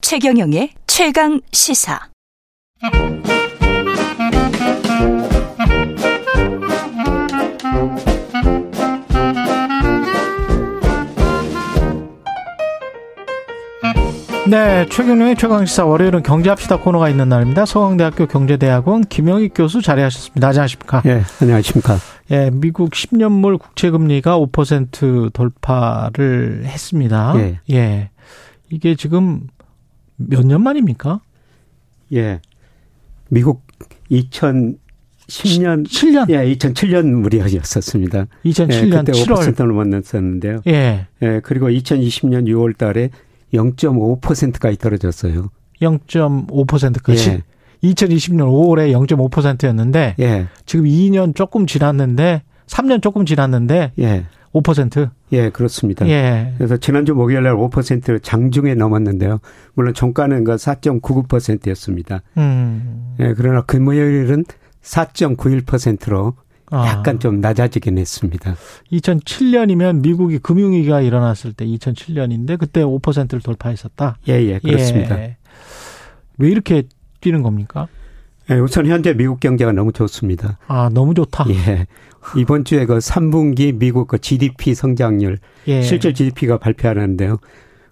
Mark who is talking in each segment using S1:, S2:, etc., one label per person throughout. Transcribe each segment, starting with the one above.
S1: 최경영의 최강 시사.
S2: 네, 최경영의 최강시사 월요일은 경제합시다 코너가 있는 날입니다. 서강대학교 경제대학원 김영익 교수 자리하셨습니다. 안녕하십니까?
S3: 예, 안녕하십니까?
S2: 예, 미국 10년물 국채금리가 5% 돌파를 했습니다.
S3: 예.
S2: 예. 이게 지금 몇 년 만입니까?
S3: 예. 미국 2010년
S2: 7년.
S3: 예, 2007년 무렵이었었습니다. 예,
S2: 2007년
S3: 그때
S2: 7월.
S3: 5%를 만났었는데요.
S2: 예.
S3: 예, 그리고 2020년 6월 달에 0.5%까지 떨어졌어요. 예,
S2: 0.5%까지. 2020년 5월에 0.5%였는데
S3: 예. 예.
S2: 지금 2년 조금 지났는데 3년 조금 지났는데
S3: 예.
S2: 5%.
S3: 예, 그렇습니다.
S2: 예.
S3: 그래서 지난주 목요일 날 5% 장중에 넘었는데요. 물론 종가는 그 4.99%였습니다.
S2: 음.
S3: 예, 그러나 금요일은 4.91%로
S2: 아.
S3: 약간 좀 낮아지긴 했습니다.
S2: 2007년이면 미국이 금융위기가 일어났을 때 2007년인데 그때 5%를 돌파했었다.
S3: 예, 예, 그렇습니다.
S2: 예. 왜 이렇게 뛰는 겁니까?
S3: 예, 우선 현재 미국 경제가 너무 좋습니다.
S2: 아, 너무 좋다.
S3: 예. 이번 주에 그 3분기 미국 그 GDP 성장률,
S2: 예.
S3: 실질 GDP가 발표하는데요.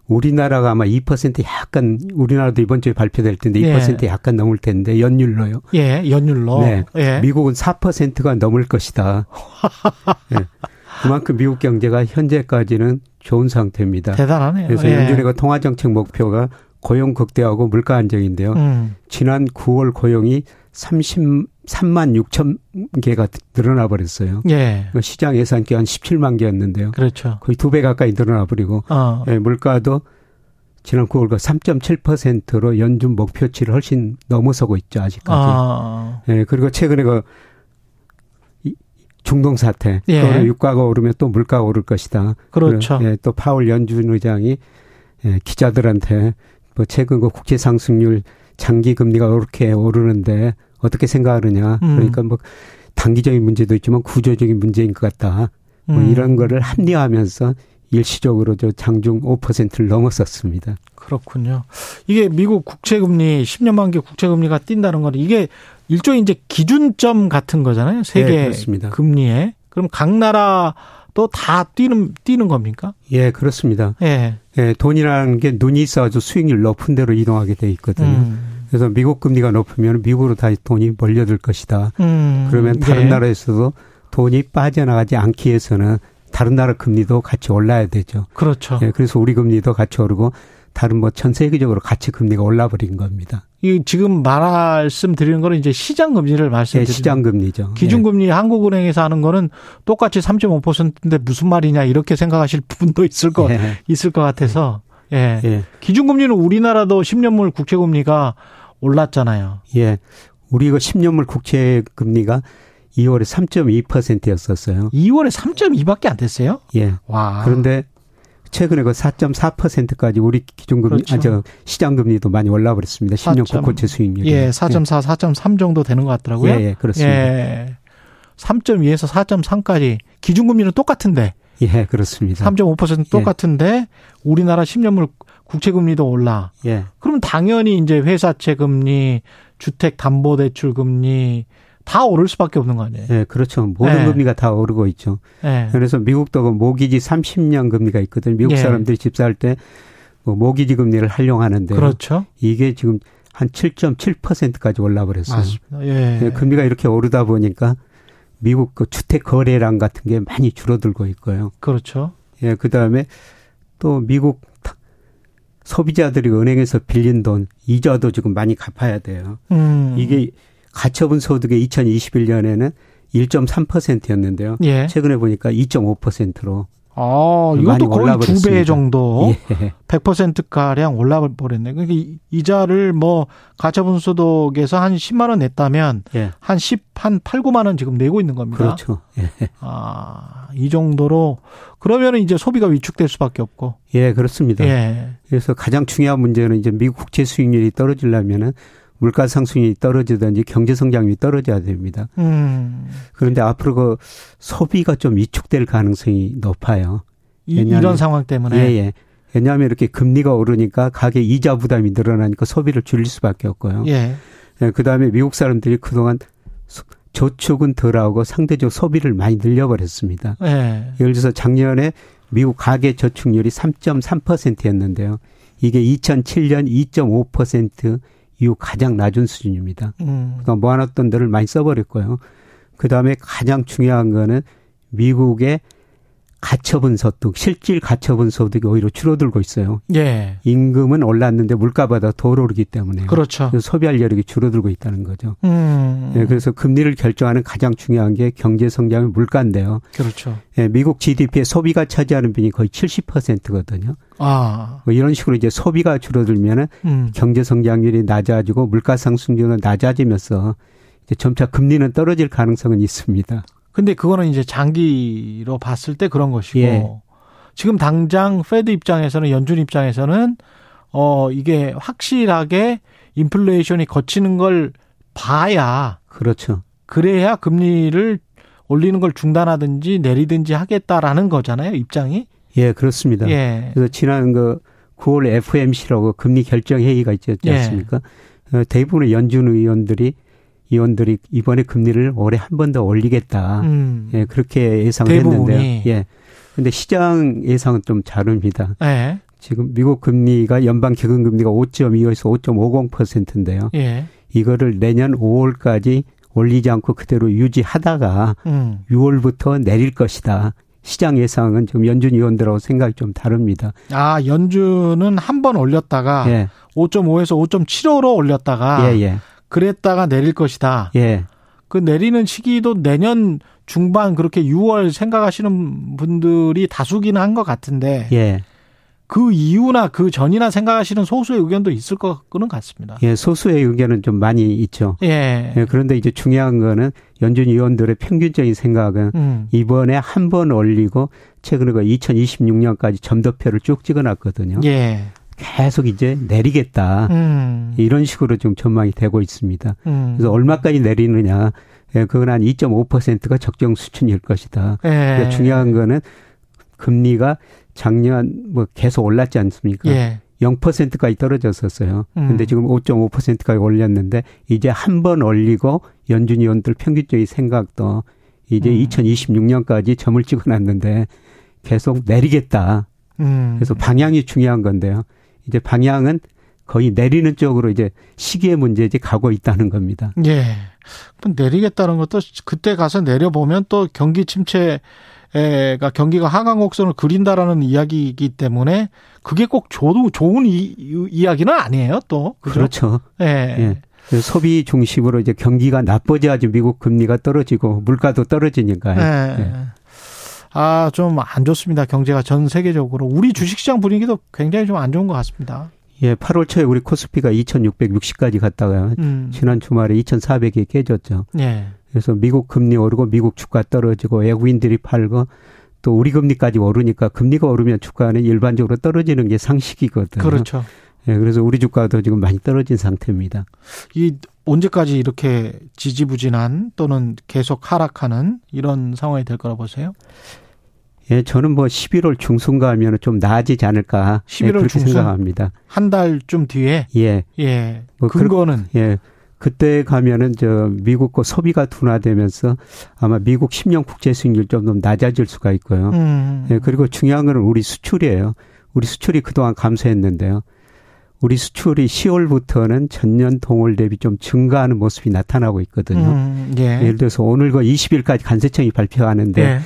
S3: 우리나라가 아마 2% 약간, 우리나라도 이번 주에 발표될 텐데 2% 약간 넘을 텐데, 연율로요.
S2: 예, 연율로.
S3: 네.
S2: 예.
S3: 미국은 4%가 넘을 것이다. 예. 그만큼 미국 경제가 현재까지는 좋은 상태입니다.
S2: 대단하네요.
S3: 그래서
S2: 예.
S3: 연준의 그 통화정책 목표가 고용 극대화하고 물가 안정인데요.
S2: 음.
S3: 지난 9월 고용이 33만 6천 개가 늘어나 버렸어요.
S2: 예.
S3: 시장 예산 기한 17만 개였는데요.
S2: 그렇죠.
S3: 거의 두 배 가까이 늘어나 버리고
S2: 어.
S3: 예, 물가도 지난 9월과 3.7%로 연준 목표치를 훨씬 넘어서고 있죠 아직까지.
S2: 아.
S3: 예, 그리고 최근에 그 이- 중동 사태,
S2: 예.
S3: 그거는 유가가 오르면 또 물가가 오를 것이다.
S2: 그렇죠.
S3: 그리고, 예, 또 파월 연준 의장이 예, 기자들한테 뭐 최근 그 국제 상승률 장기 금리가 이렇게 오르는데 어떻게 생각하느냐.
S2: 음.
S3: 그러니까 뭐 단기적인 문제도 있지만 구조적인 문제인 것 같다. 뭐
S2: 음.
S3: 이런 거를 합리화하면서 일시적으로 저 장중 5%를 넘었었습니다.
S2: 그렇군요. 이게 미국 국채금리 10년 만기 국채금리가 뛴다는 건 이게 일종의 이제 기준점 같은 거잖아요. 세계
S3: 예, 그렇습니다.
S2: 금리에. 그럼 각 나라도 다 뛰는 뛰는 겁니까?
S3: 예, 그렇습니다.
S2: 예.
S3: 예, 돈이라는 게 눈이 있어가지고 수익률 높은 데로 이동하게 돼 있거든요.
S2: 음.
S3: 그래서 미국 금리가 높으면 미국으로 다시 돈이 몰려들 것이다.
S2: 음.
S3: 그러면 다른
S2: 예.
S3: 나라에서도 돈이 빠져나가지 않기 위해서는 다른 나라 금리도 같이 올라야 되죠.
S2: 그렇죠.
S3: 예, 그래서 우리 금리도 같이 오르고 다른 뭐 전 세계적으로 같이 금리가 올라버린 겁니다. 예,
S2: 이 지금 말씀드리는 거는 이제 시장 금리를
S3: 예,
S2: 말씀드리는
S3: 시장 금리죠. 예.
S2: 기준금리 한국은행에서 하는 거는 똑같이 3.5%인데 무슨 말이냐 이렇게 생각하실 부분도 있을 것
S3: 예,
S2: 있을 것 같아서 예.
S3: 예,
S2: 기준금리는 우리나라도 10년물 국채금리가 올랐잖아요.
S3: 예. 우리 이거 10년물 국채 금리가 2월에 3.2%였었어요.
S2: 2월에 3.2밖에 안 됐어요?
S3: 예.
S2: 와.
S3: 그런데 최근에 그 4.4%까지 우리 기준금리
S2: 그렇죠.
S3: 아 저 시장 금리도 많이 올라버렸습니다. 10년
S2: 4.4
S3: 국고채 수익률이.
S2: 예, 4.4, 4.3 정도 되는 것 같더라고요.
S3: 예, 예, 그렇습니다. 예,
S2: 3.2에서 4.3까지 기준금리는 똑같은데
S3: 네. 예, 그렇습니다. 예.
S2: 3.5% 똑같은데 우리나라 10년물 국채금리도 올라.
S3: 예.
S2: 그럼 당연히 이제 회사채 금리, 주택 담보 대출 금리 다 오를 수밖에 없는 거 아니에요.
S3: 예, 그렇죠. 모든
S2: 예.
S3: 금리가 다 오르고 있죠.
S2: 예.
S3: 그래서 미국도 그 모기지 30년 금리가 있거든요. 미국
S2: 예.
S3: 사람들이 집 살 때 뭐 모기지 금리를 활용하는데
S2: 그렇죠.
S3: 이게 지금 한 7.7%까지 올라버렸어요.
S2: 맞습니다. 예.
S3: 예, 금리가 이렇게 오르다 보니까 미국 그 주택 거래량 같은 게 많이 줄어들고 있고요.
S2: 그렇죠.
S3: 예, 그 다음에 또 미국 타- 소비자들이 은행에서 빌린 돈 이자도 지금 많이 갚아야 돼요.
S2: 음.
S3: 이게 가처분 소득이 2021년에는 1.3%였는데요.
S2: 예.
S3: 최근에 보니까 2.5%로
S2: 아,
S3: 많이
S2: 이것도 거의 두 배
S3: 올라버렸습니다.
S2: 정도
S3: 예.
S2: 100% 가량 올라버렸네. 그러니까 이- 이자를 뭐 가처분 소득에서 한 10만 원 냈다면
S3: 예.
S2: 한 10, 한 8, 9만 원 지금 내고 있는 겁니다.
S3: 그렇죠. 예.
S2: 아, 이 정도로 그러면 이제 소비가 위축될 수밖에 없고.
S3: 예, 그렇습니다.
S2: 예.
S3: 그래서 가장 중요한 문제는 이제 미국 국채 수익률이 떨어지려면은 물가 상승률이 떨어지든지 경제 성장률이 떨어져야 됩니다.
S2: 음.
S3: 그런데 앞으로 그 소비가 좀 위축될 가능성이 높아요.
S2: 이,
S3: 왜냐하면-
S2: 이런 상황 때문에
S3: 예, 예. 왜냐하면 이렇게 금리가 오르니까 가계 이자 부담이 늘어나니까 소비를 줄일 수밖에 없고요.
S2: 예.
S3: 예, 그다음에 미국 사람들이 그동안 소- 저축은 덜하고 상대적 소비를 많이 늘려버렸습니다.
S2: 예.
S3: 예를 들어서 작년에 미국 가계 저축률이 3.3%였는데요. 이게 2007년 2.5% 이후 가장 낮은 수준입니다.
S2: 음.
S3: 그러니까 모아놨던 돈을 많이 써버렸고요. 그 다음에 가장 중요한 거는 미국의 가처분 소득, 실질 가처분 소득이 오히려 줄어들고 있어요.
S2: 예.
S3: 임금은 올랐는데 물가보다 더 오르기 때문에
S2: 그렇죠.
S3: 소비할 여력이 줄어들고 있다는 거죠.
S2: 음.
S3: 예, 그래서 금리를 결정하는 가장 중요한 게 경제 성장의 물가인데요.
S2: 그렇죠.
S3: 예, 미국 GDP의 소비가 차지하는 비율이 거의 70%거든요. 뭐
S2: 아.
S3: 이런 식으로 이제 소비가 줄어들면은
S2: 음.
S3: 경제 성장률이 낮아지고 물가 상승률은 낮아지면서 이제 점차 금리는 떨어질 가능성은 있습니다.
S2: 근데 그거는 이제 장기로 봤을 때 그런 것이고
S3: 예.
S2: 지금 당장 페드 입장에서는 연준 입장에서는 어 이게 확실하게 인플레이션이 거치는 걸 봐야
S3: 그렇죠.
S2: 그래야 금리를 올리는 걸 중단하든지 내리든지 하겠다라는 거잖아요 입장이
S3: 예, 그렇습니다.
S2: 예
S3: 그래서 지난 그 9월 FOMC라고 금리 결정 회의가 있지
S2: 예.
S3: 않습니까? 어, 대부분의 연준 의원들이 의원들이 이번에 금리를 올해 한 번 더 올리겠다.
S2: 음.
S3: 예, 그렇게 예상을
S2: 대부분이.
S3: 했는데요. 예. 근데 시장 예상은 좀 다릅니다.
S2: 예.
S3: 지금 미국 금리가 연방 기금 금리가 5.25에서 5.50%인데요.
S2: 예.
S3: 이거를 내년 5월까지 올리지 않고 그대로 유지하다가
S2: 음.
S3: 6월부터 내릴 것이다. 시장 예상은 지금 연준 의원들하고 생각이 좀 다릅니다.
S2: 아, 연준은 한 번 올렸다가
S3: 예,
S2: 5.5에서 5.75로 올렸다가
S3: 예, 예,
S2: 그랬다가 내릴 것이다.
S3: 예.
S2: 그 내리는 시기도 내년 중반 그렇게 6월 생각하시는 분들이 다수기는 한 것 같은데
S3: 예,
S2: 그 이유나 그 전이나 생각하시는 소수의 의견도 있을 것는 같습니다.
S3: 예, 소수의 의견은 좀 많이 있죠.
S2: 예.
S3: 예, 그런데 이제 중요한 거는 연준 의원들의 평균적인 생각은
S2: 음.
S3: 이번에 한 번 올리고 최근에 그 2026년까지 점도표를 쭉 찍어놨거든요.
S2: 예.
S3: 계속 이제 내리겠다.
S2: 음.
S3: 이런 식으로 좀 전망이 되고 있습니다.
S2: 음.
S3: 그래서 얼마까지 내리느냐, 예, 그건 한 2.5%가 적정 수준일 것이다.
S2: 예.
S3: 근데 중요한 거는 금리가 작년 뭐 계속 올랐지 않습니까?
S2: 예.
S3: 0%까지 떨어졌었어요.
S2: 음.
S3: 근데 지금 5.5%까지 올렸는데 이제 한 번 올리고 연준 의원들 평균적인
S2: 음.
S3: 생각도 이제 2026년까지 점을 찍어놨는데 계속 내리겠다.
S2: 음.
S3: 그래서 방향이 중요한 건데요. 이제 방향은 거의 내리는 쪽으로 이제 시기의 문제지 가고 있다는 겁니다.
S2: 예. 그럼 내리겠다는 것도 그때 가서 내려보면 또 경기 침체가 경기가 하강 곡선을 그린다라는 이야기이기 때문에 그게 꼭 좋은 좋은 이, 야기는 아니에요 또 그죠?
S3: 그렇죠.
S2: 예.
S3: 예. 그래서 소비 중심으로 이제 경기가 나빠져야지 미국 금리가 떨어지고 물가도 떨어지니까요.
S2: 네.
S3: 예.
S2: 아, 좀 안 좋습니다. 경제가 전 세계적으로. 우리 주식시장 분위기도 굉장히 좀 안 좋은 것 같습니다.
S3: 예, 8월 초에 우리 코스피가 2660까지 갔다가
S2: 음.
S3: 지난 주말에 2400이 깨졌죠.
S2: 예.
S3: 그래서 미국 금리 오르고 미국 주가 떨어지고 외국인들이 팔고 또 우리 금리까지 오르니까 금리가 오르면 주가는 일반적으로 떨어지는 게 상식이거든요.
S2: 그렇죠.
S3: 예, 그래서 우리 주가도 지금 많이 떨어진 상태입니다.
S2: 이 언제까지 이렇게 지지부진한 또는 계속 하락하는 이런 상황이 될 거라 보세요?
S3: 예, 저는 뭐 11월 중순가 하면 좀 나아지지 않을까. 예,
S2: 11월
S3: 그렇게
S2: 중순?
S3: 생각합니다.
S2: 한 달쯤 뒤에
S3: 예,
S2: 예.
S3: 뭐
S2: 근거는
S3: 예. 그때 가면은 저 미국 거 소비가 둔화되면서 아마 미국 10년 국제 수익률 좀 더 낮아질 수가 있고요.
S2: 음.
S3: 예, 그리고 중요한 건 우리 수출이에요. 우리 수출이 그동안 감소했는데요. 우리 수출이 10월부터는 전년 동월 대비 좀 증가하는 모습이 나타나고 있거든요.
S2: 음, 예.
S3: 예를 들어서 오늘 그 20일까지 간세청이 발표하는데
S2: 예.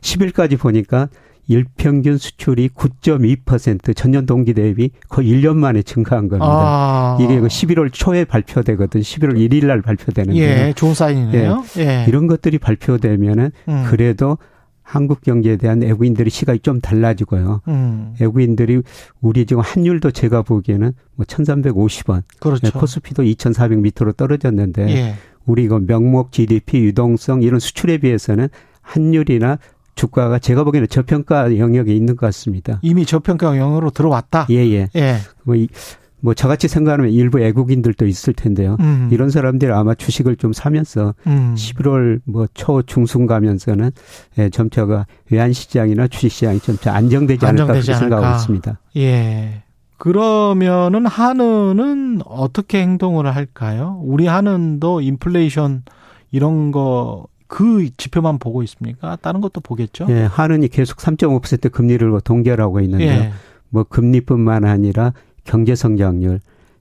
S3: 10일까지 보니까 일평균 수출이 9.2% 전년 동기 대비 거의 1년 만에 증가한 겁니다.
S2: 아.
S3: 이게 그 11월 초에 발표되거든. 11월 1일 날 발표되는데
S2: 예, 좋은 사인이네요. 예.
S3: 이런 것들이 발표되면은
S2: 음.
S3: 그래도 한국 경제에 대한 외국인들의 시각이 좀 달라지고요.
S2: 음.
S3: 외국인들이 우리 지금 환율도 제가 보기에는 뭐 1,350원,
S2: 그렇죠.
S3: 코스피도 2,400 밑으로 떨어졌는데
S2: 예.
S3: 우리 이거 명목 GDP 유동성 이런 수출에 비해서는 환율이나 주가가 제가 보기에는 저평가 영역에 있는 것 같습니다.
S2: 이미 저평가 영역으로 들어왔다.
S3: 예예.
S2: 예.
S3: 뭐 이- 뭐 저같이 생각하는 일부 애국인들도 있을 텐데요.
S2: 음.
S3: 이런 사람들이 아마 주식을 좀 사면서
S2: 음.
S3: 11월 뭐 초 중순 가면서는 예, 점차가 외환 시장이나 주식 시장이 점차 안정되지 않을까
S2: 안정되지
S3: 그렇게
S2: 않을까.
S3: 생각하고 있습니다.
S2: 예. 그러면은 한은은 어떻게 행동을 할까요? 우리 한은도 인플레이션 이런 거 그 지표만 보고 있습니까? 다른 것도 보겠죠?
S3: 예, 한은이 계속 3.5% 금리를 뭐 동결하고 있는데요.
S2: 예.
S3: 뭐 금리뿐만 아니라 경제 성장률,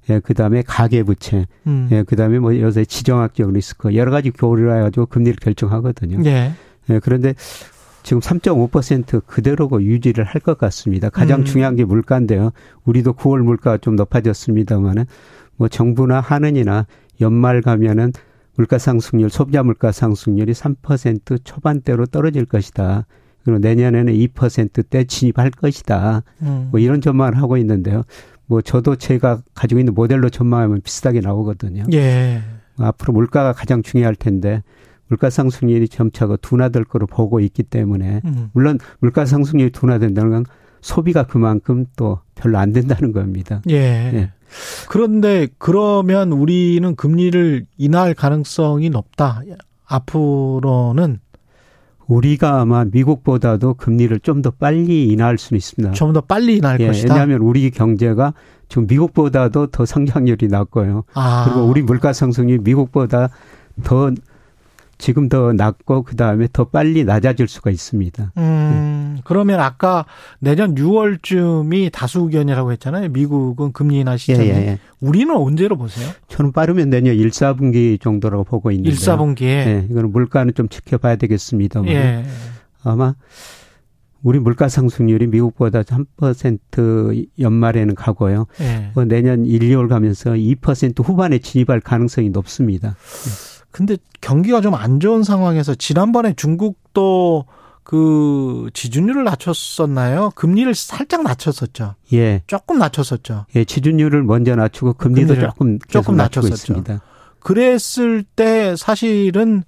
S3: 예, 그다음에 가계 부채,
S2: 음.
S3: 예, 그다음에 뭐 요새 지정학적 리스크 여러 가지 교류를 해 가지고 금리를 결정하거든요.
S2: 예.
S3: 예, 그런데 지금 3.5% 그대로고 유지를 할 것 같습니다. 가장
S2: 음.
S3: 중요한 게 물가인데요. 우리도 9월 물가가 좀 높아졌습니다만은 뭐 정부나 하는이나 연말 가면은 물가 상승률, 소비자 물가 상승률이 3% 초반대로 떨어질 것이다. 그리고 내년에는 2%대 진입할 것이다.
S2: 음.
S3: 뭐 이런 전망을 하고 있는데요. 뭐 저도 제가 가지고 있는 모델로 전망하면 비슷하게 나오거든요.
S2: 예.
S3: 앞으로 물가가 가장 중요할 텐데 물가 상승률이 점차가 둔화될 거로 보고 있기 때문에
S2: 음.
S3: 물론 물가 상승률이 둔화된다는 건 소비가 그만큼 또 별로 안 된다는 겁니다.
S2: 예.
S3: 예.
S2: 그런데 그러면 우리는 금리를 인하할 가능성이 높다. 앞으로는
S3: 우리가 아마 미국보다도 금리를 좀 더 빨리 인하할 수는 있습니다.
S2: 좀 더 빨리 인하할
S3: 아. 예,
S2: 것이다.
S3: 왜냐하면 우리 경제가 지금 미국보다도 더 성장률이 낮고요.
S2: 아.
S3: 그리고 우리 물가 상승률이 미국보다 더 지금 더 낮고 그 다음에 더 빨리 낮아질 수가 있습니다.
S2: 음, 그러면 아까 내년 6월쯤이 다수 의견이라고 했잖아요. 미국은 금리 인하 시점이. 우리는 언제로 보세요?
S3: 저는 빠르면 내년 1, 4분기 정도라고 보고 있는데.
S2: 1, 4분기에.
S3: 예, 이거는 물가는 좀 지켜봐야 되겠습니다만.
S2: 예.
S3: 아마 우리 물가 상승률이 미국보다 3% 연말에는 가고요.
S2: 예.
S3: 어, 내년 1, 2월 가면서 2% 후반에 진입할 가능성이 높습니다.
S2: 근데 경기가 좀 안 좋은 상황에서 지난번에 중국도 그 지준율을 낮췄었나요? 금리를 살짝 낮췄었죠.
S3: 예.
S2: 조금 낮췄었죠.
S3: 예, 지준율을 먼저 낮추고 금리도
S2: 금리를
S3: 조금 계속
S2: 조금
S3: 낮추고
S2: 낮췄었죠.
S3: 있습니다.
S2: 그랬을 때 사실은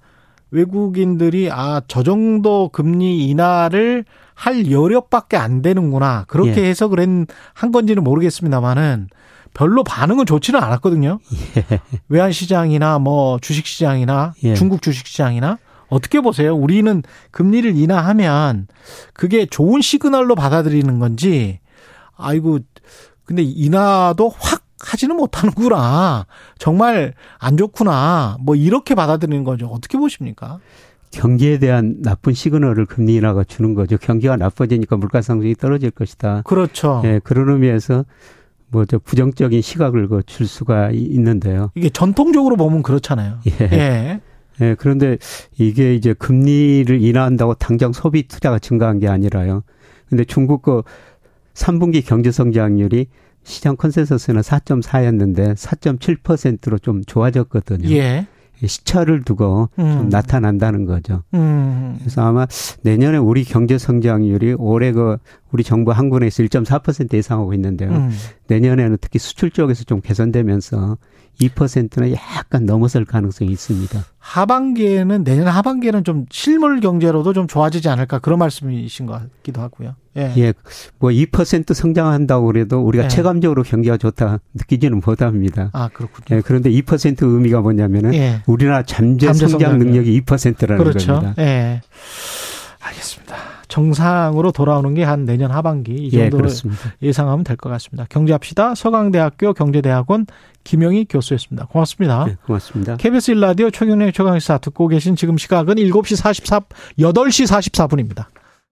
S2: 외국인들이 아, 저 정도 금리 인하를 할 여력밖에 안 되는구나. 그렇게 해석을 한, 한 건지는 모르겠습니다만은 별로 반응은 좋지는 않았거든요. 외환 시장이나 뭐 주식 시장이나
S3: 예.
S2: 중국 주식 시장이나 어떻게 보세요? 우리는 금리를 인하하면 그게 좋은 시그널로 받아들이는 건지 아이고 근데 인하도 확 하지는 못하는구나. 정말 안 좋구나. 뭐 이렇게 받아들이는 건지 어떻게 보십니까?
S3: 경기에 대한 나쁜 시그널을 금리 인하가 주는 거죠. 경기가 나빠지니까 물가 상승이 떨어질 것이다.
S2: 그렇죠.
S3: 예, 그런 의미에서 뭐 저 부정적인 시각을 그줄 수가 이- 있는데요.
S2: 이게 전통적으로 보면 그렇잖아요.
S3: 예.
S2: 예.
S3: 예, 그런데 이게 이제 금리를 인하한다고 당장 소비 투자가 증가한 게 아니라요. 근데 중국 거 3분기 경제 성장률이 시장 컨센서스는 4.4였는데 4.7%로 좀 좋아졌거든요.
S2: 예.
S3: 시차를 두고 좀
S2: 음.
S3: 나타난다는 거죠.
S2: 음.
S3: 그래서 아마 내년에 우리 경제 성장률이 올해 그 우리 정부 한군에서 1.4% 예상하고 있는데요.
S2: 음.
S3: 내년에는 특히 수출 쪽에서 좀 개선되면서 2%는 약간 넘어설 가능성이 있습니다.
S2: 하반기에는 내년 하반기에는 좀 실물 경제로도 좀 좋아지지 않을까 그런 말씀이신 것 같기도 하고요. 예.
S3: 예, 뭐 2% 성장한다고 그래도 우리가
S2: 예.
S3: 체감적으로 경기가 좋다 느끼지는 못합니다.
S2: 아 그렇군요.
S3: 예, 그런데 2% 의미가 뭐냐면은
S2: 예.
S3: 우리나라 잠재,
S2: 잠재
S3: 성장
S2: 성장률. 예.
S3: 능력이 2%라는
S2: 그렇죠.
S3: 겁니다.
S2: 예. 알겠습니다. 정상으로 돌아오는 게 한 내년 하반기 이
S3: 예,
S2: 정도로
S3: 그렇습니다.
S2: 예상하면 될 것 같습니다. 경제합시다. 서강대학교 경제대학원 김영희 교수였습니다. 고맙습니다.
S3: 예, 고맙습니다.
S2: KBS 1라디오 최경영 최강시사 듣고 계신 지금 시각은 7시 44, 8시 44분입니다.